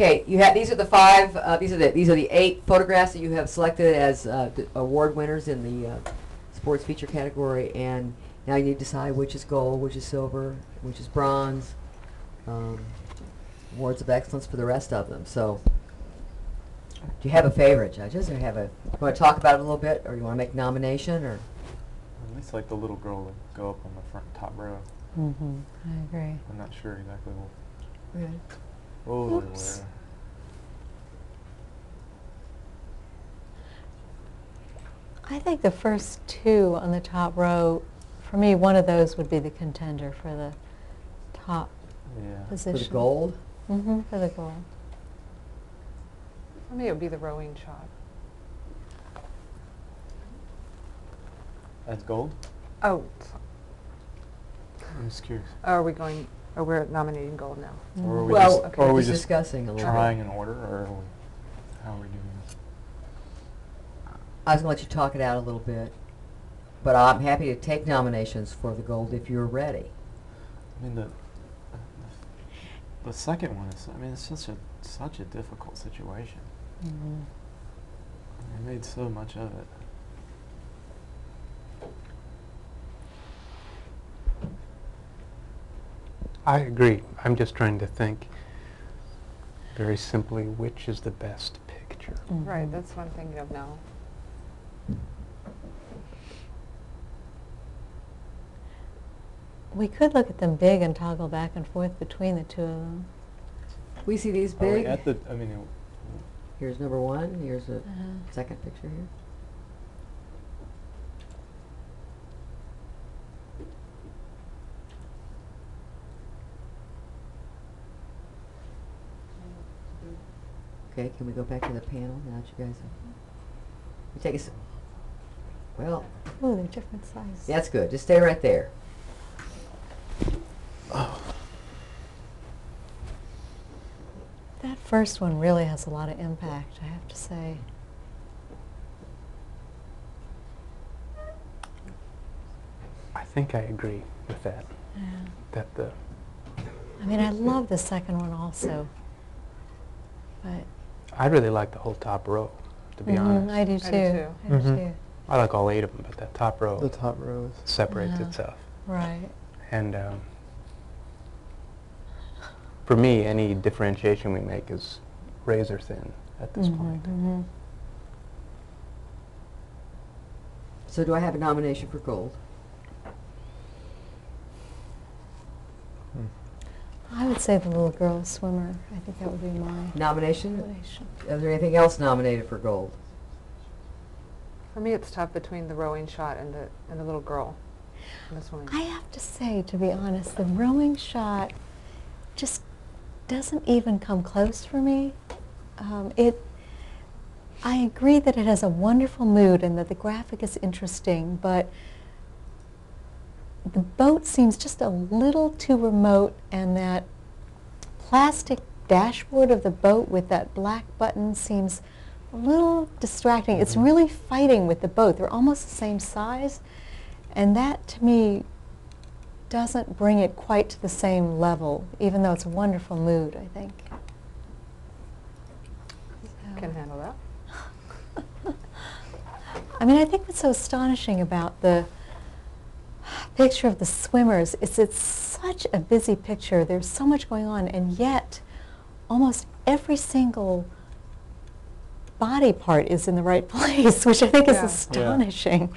Okay, you have, these are the five, uh, these are the, these are the eight photographs that you have selected as, uh, d- award winners in the, uh, sports feature category, and now you need to decide which is gold, which is silver, which is bronze, um, awards of excellence for the rest of them, so. Do you have a favorite, judges, or have a, you wanna talk about it a little bit, or you wanna make nomination, or? At least like the little girl would go up on the front top row. Mm-hmm. I agree. I'm not sure exactly what. Oh, they Oops. were. I think the first two on the top row, for me, one of those would be the contender for the top Yeah. For position. the gold? Mm-hmm, for the gold. For me, it would be the rowing shot. As gold? Oh, so I'm just curious. are we going, oh, we're nominating gold now. Or are we Well, just, okay, or are we just just discussing a little bit. trying an order, or are we, how are we doing this? I was gonna let you talk it out a little bit, but I'm happy to take nominations for the gold if you're ready. I mean the the second one is. I mean, it's such a such a difficult situation. Mm-hmm. They made so much of it. I agree. I'm just trying to think very simply which is the best picture. Mm. Right, that's what I'm thinking of now. We could look at them big and toggle back and forth between the two of them. We see these Are big. we Oh, at the? I mean, Here's number one, here's the Uh-huh. second picture here. Okay, can we go back to the panel now that you guys are? You take us, well, Ooh, they're different sizes. that's good, just stay right there. Oh, That first one really has a lot of impact, I have to say. I think I agree with that. Yeah. That the I mean, I love the second one also. But I really like the whole top row. To be Mhm, honest, I do too. I do too. I do Mhm. too. I, like all eight of them, but that top row top row is. separates Yeah. itself. Right. And um, for me, any differentiation we make is razor thin at this Mhm, point. mhm. So do I have a nomination for gold? I would say the little girl swimmer. I think that would be my Nomination, nomination. is there anything else nominated for gold? For me, it's tough between the rowing shot and the, and the little girl. And the swimming. I have to say, to be honest, the rowing shot just doesn't even come close for me. Um, it, I agree that it has a wonderful mood and that the graphic is interesting, but the boat seems just a little too remote, and that plastic dashboard of the boat with that black button seems a little distracting. It's Mhm. really fighting with the boat. They're almost the same size, and that to me doesn't bring it quite to the same level, even though it's a wonderful mood, I think. So- Can handle that. I mean, I think what's so astonishing about the picture of the swimmers is it's such a busy picture. There's so much going on, and yet almost every single body part is in the right place, which I think Yeah. is Yeah. astonishing.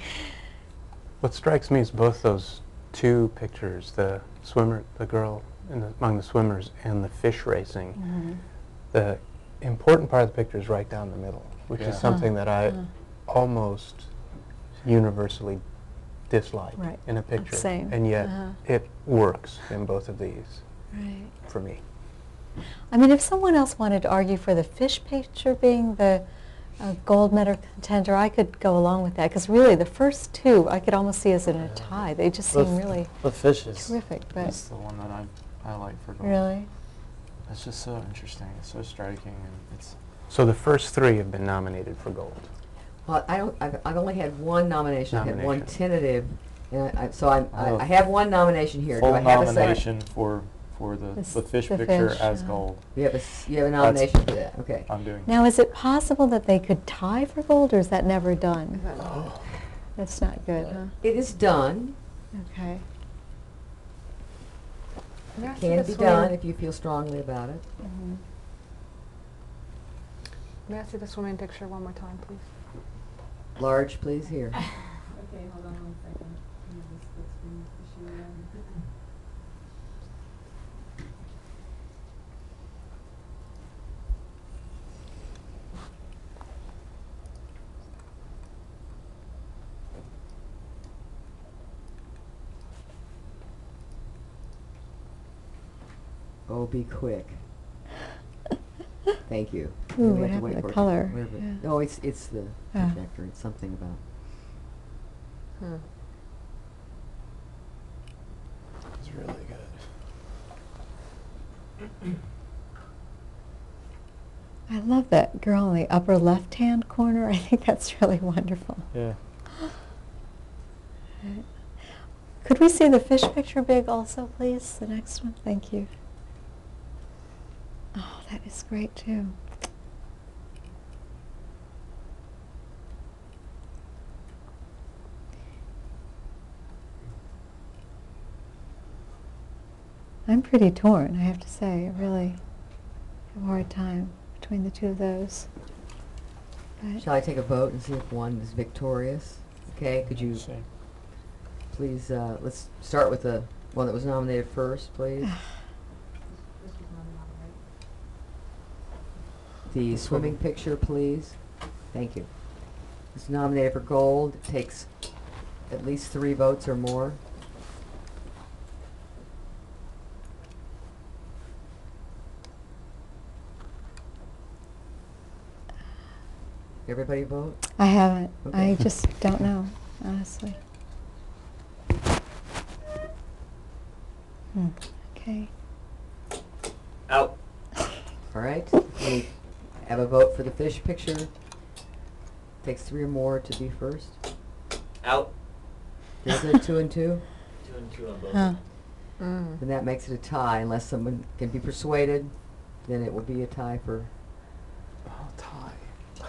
What strikes me is both those two pictures, the swimmer, the girl in the, among the swimmers and the fish racing. Mhm. The important part of the picture is right down the middle, which Yeah. is something Uh, that I uh. almost universally dislike Right. in a picture. Same. And yet Uh-huh. it works in both of these Right. for me. I mean, if someone else wanted to argue for the fish picture being the uh, gold medal contender, I could go along with that because really the first two I could almost see as in a tie. They just The seem f- really The fish is. terrific. But That's the one that I I like for gold. really, It's just so interesting. It's so striking, and it's So the first three have been nominated for gold. Well, I don't, I've, I've only had one nomination, I've had one Nomination. tentative, and I, I- so I'm, I Oh. I have one nomination here. Do full I have a second? nomination for for the, The s- the fish the picture fish, as uh, gold. You have a, s- you have a That's- nomination for that, okay. I'm doing. Now, is it possible that they could tie for gold, or is that never done? Is that- Oh, That's not good, huh? It is done, Okay. Yeah, I see can the be swimming- done if you feel strongly about it. Mhm. May I see the swimming picture one more time, please? Large, please, here. Okay, hold on one second. I have this split screen issue again. Oh, be quick. Thank you. Ooh, We what have to happened wait to for it color? clear, but- Yeah. No, it's, it's the Ah. projector, it's something about, Hmm. It's really good. I love that girl in the upper left-hand corner. I think that's really wonderful. Yeah. Could we see the fish picture big also, please? The next one, thank you. Oh, that is great too. I'm pretty torn, I have to say. I really have a hard time between the two of those. But shall I take a vote and see if one is victorious? Okay, could you Same. please, uh, let's start with the one that was nominated first, please? ah. This was not allowed, right? The swimming picture, please. Thank you. It's nominated for gold. It takes at least three votes or more. Everybody vote? I haven't. I Okay. just don't know, honestly. Hmm, Okay. Out. All right. We have a vote for the fish picture. Takes three or more to be first. Out. Is it two and two? Two and two on both. Huh. Mm. Then that makes it a tie unless someone can be persuaded, then it will be a tie for, Oh, tie.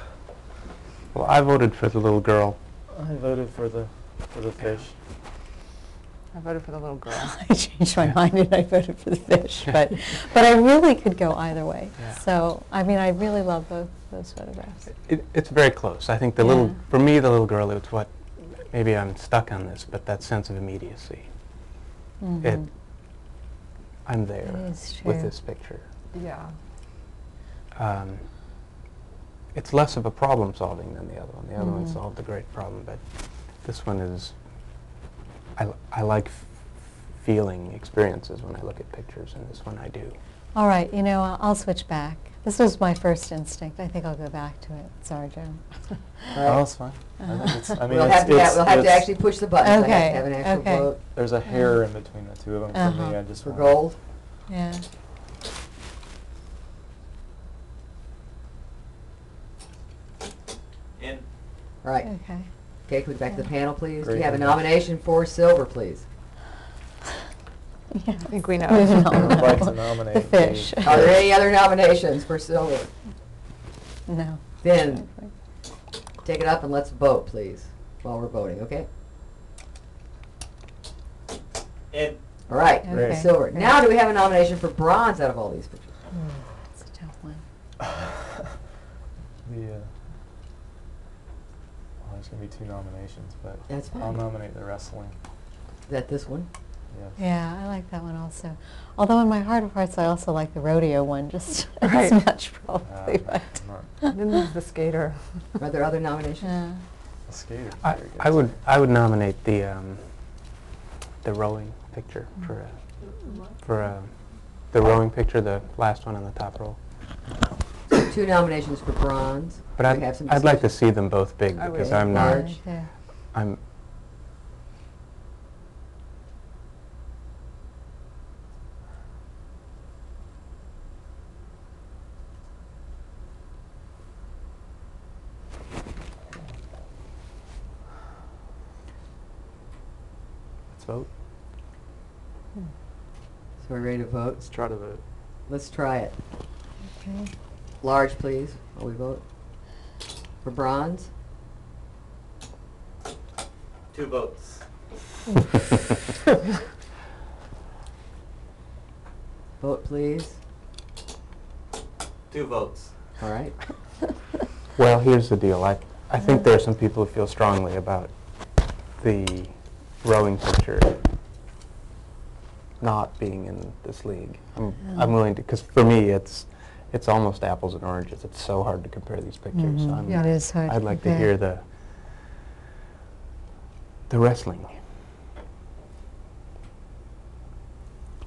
Well, I voted for the little girl. I voted for the for the fish. I voted for the little girl. I changed my mind and I voted for the fish, but but I really could go either way. Yeah. So I mean, I really love both those photographs. It, it's very close. I think the Yeah. little, for me, the little girl, it's what, maybe I'm stuck on this, but that sense of immediacy. It, Mhm. I'm It there is true. with this picture. Yeah. Um, it's less of a problem solving than the other one. The other one Mhm. solved a great problem, but this one is, I, l- I like f- feeling experiences when I look at pictures, and this one I do. All right, you know, I'll, I'll switch back. This was my first instinct. I think I'll go back to it. Sorry, Joan. Oh, it's fine. Uh-huh. I, think it's, I mean, we'll it's, have to, it's- we'll have to it's- actually push the button, I have Okay, to have an actual okay. vote There's a hair in between the two of them for me. Uh-huh. I just for wanna- gold. Yeah. In. All right, Okay. okay, can we back to the panel, please? Do you Great. have a nomination for silver, please? Yeah. I think we know. We all I'd like to know. nominate the the- fish. Are there any other nominations for silver? No. Then, take it up and let's vote, please, while we're voting, okay? In. All right, Okay. silver. Now do we have a nomination for bronze out of all these pictures? It's a tough one. The, uh, well, there's gonna be two nominations, but That's I'll Um, fine. nominate the wrestling. Is that this one? Yes. Yeah, I like that one also. Although in my heart of hearts, I also like the rodeo one just as Right. much Uh, probably. I'm but not Then there's the skater. Are there other nominations? yeah. a skater. I, Very good. I would I would nominate the um, the rowing picture for a, for uh, a, the rowing picture, the last one on the top row. Two nominations for bronze. But Do we I'd, have some I'd like to discussion? see them both big I would because as I'm well. not Large. Yeah. I'm Let's vote. So we're ready to vote? Let's try to vote. Let's try it. Okay. Large, please, while we vote. For bronze? Two votes. Vote, please. Two votes. All right. Well, here's the deal. I, I think Mm-hmm. there are some people who feel strongly about the rowing picture not being in this league. I'm, I'm willing to, because for me, it's it's almost apples and oranges. It's so hard to compare these pictures. Mhm. I'm, Yeah. It is hard. I'd like to compare. hear the the wrestling.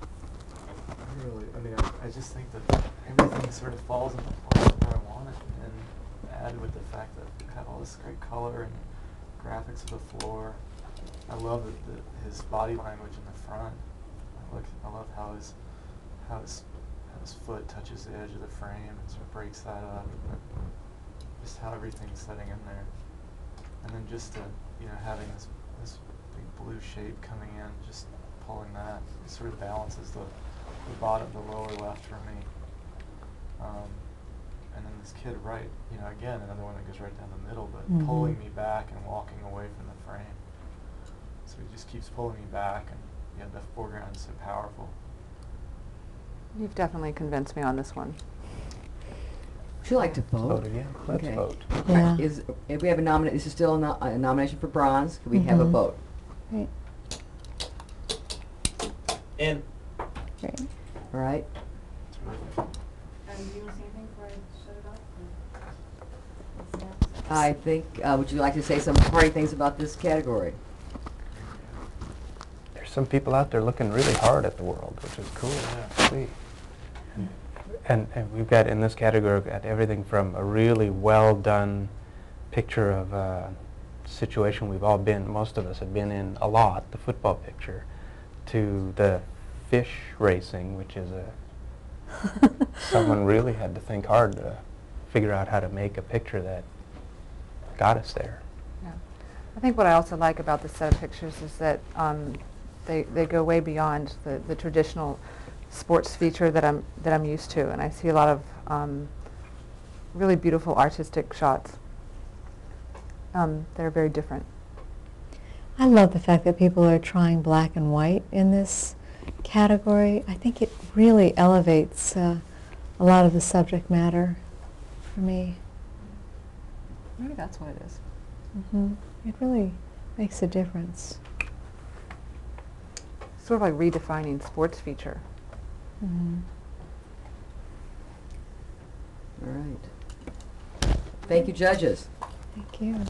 I really, I mean, I, I just think that everything sort of falls into place where I want it, and add with the fact that we had all this great color and graphics of the floor. I love the, the, his body language in the front. I look, I love how his, how his, how his foot touches the edge of the frame and sort of breaks that up. and just how everything's setting in there, and then just the, you know, having this this big blue shape coming in, just pulling that, it sort of balances the the bottom, the lower left for me. Um, and then this kid right, you know, again, another one that goes right down the middle, but Mhm. pulling me back and walking away from the frame. So he just keeps pulling me back, and yeah, the foreground is so powerful. You've definitely convinced me on this one. Would you like to vote? Vote again. Let's Okay. vote. All right, Yeah. Is, if we have a nomination, this is still a no- a nomination for bronze. Could we have a Mhm. vote? Right, In. right. All right? It's really And do you want to say anything before I shut it off? or? It's not- I think, uh, would you like to say some parting things about this category? There's some people out there looking really hard at the world, which is cool. Yeah. Sweet. And, and we've got in this category we've got everything from a really well done picture of a situation we've all been, most of us have been in a lot, the football picture, to the fish racing, which is a someone really had to think hard to figure out how to make a picture that got us there. Yeah. I think what I also like about this set of pictures is that um, they, they go way beyond the, the traditional sports feature that I'm, that I'm used to. And I see a lot of um, really beautiful artistic shots um, that are very different. I love the fact that people are trying black and white in this category. I think it really elevates uh, a lot of the subject matter for me. Maybe that's what it is. hmm It really makes a difference. Sort of like redefining sports feature. Mm-hmm. Mhm. All right. Thank you, judges. Thank you.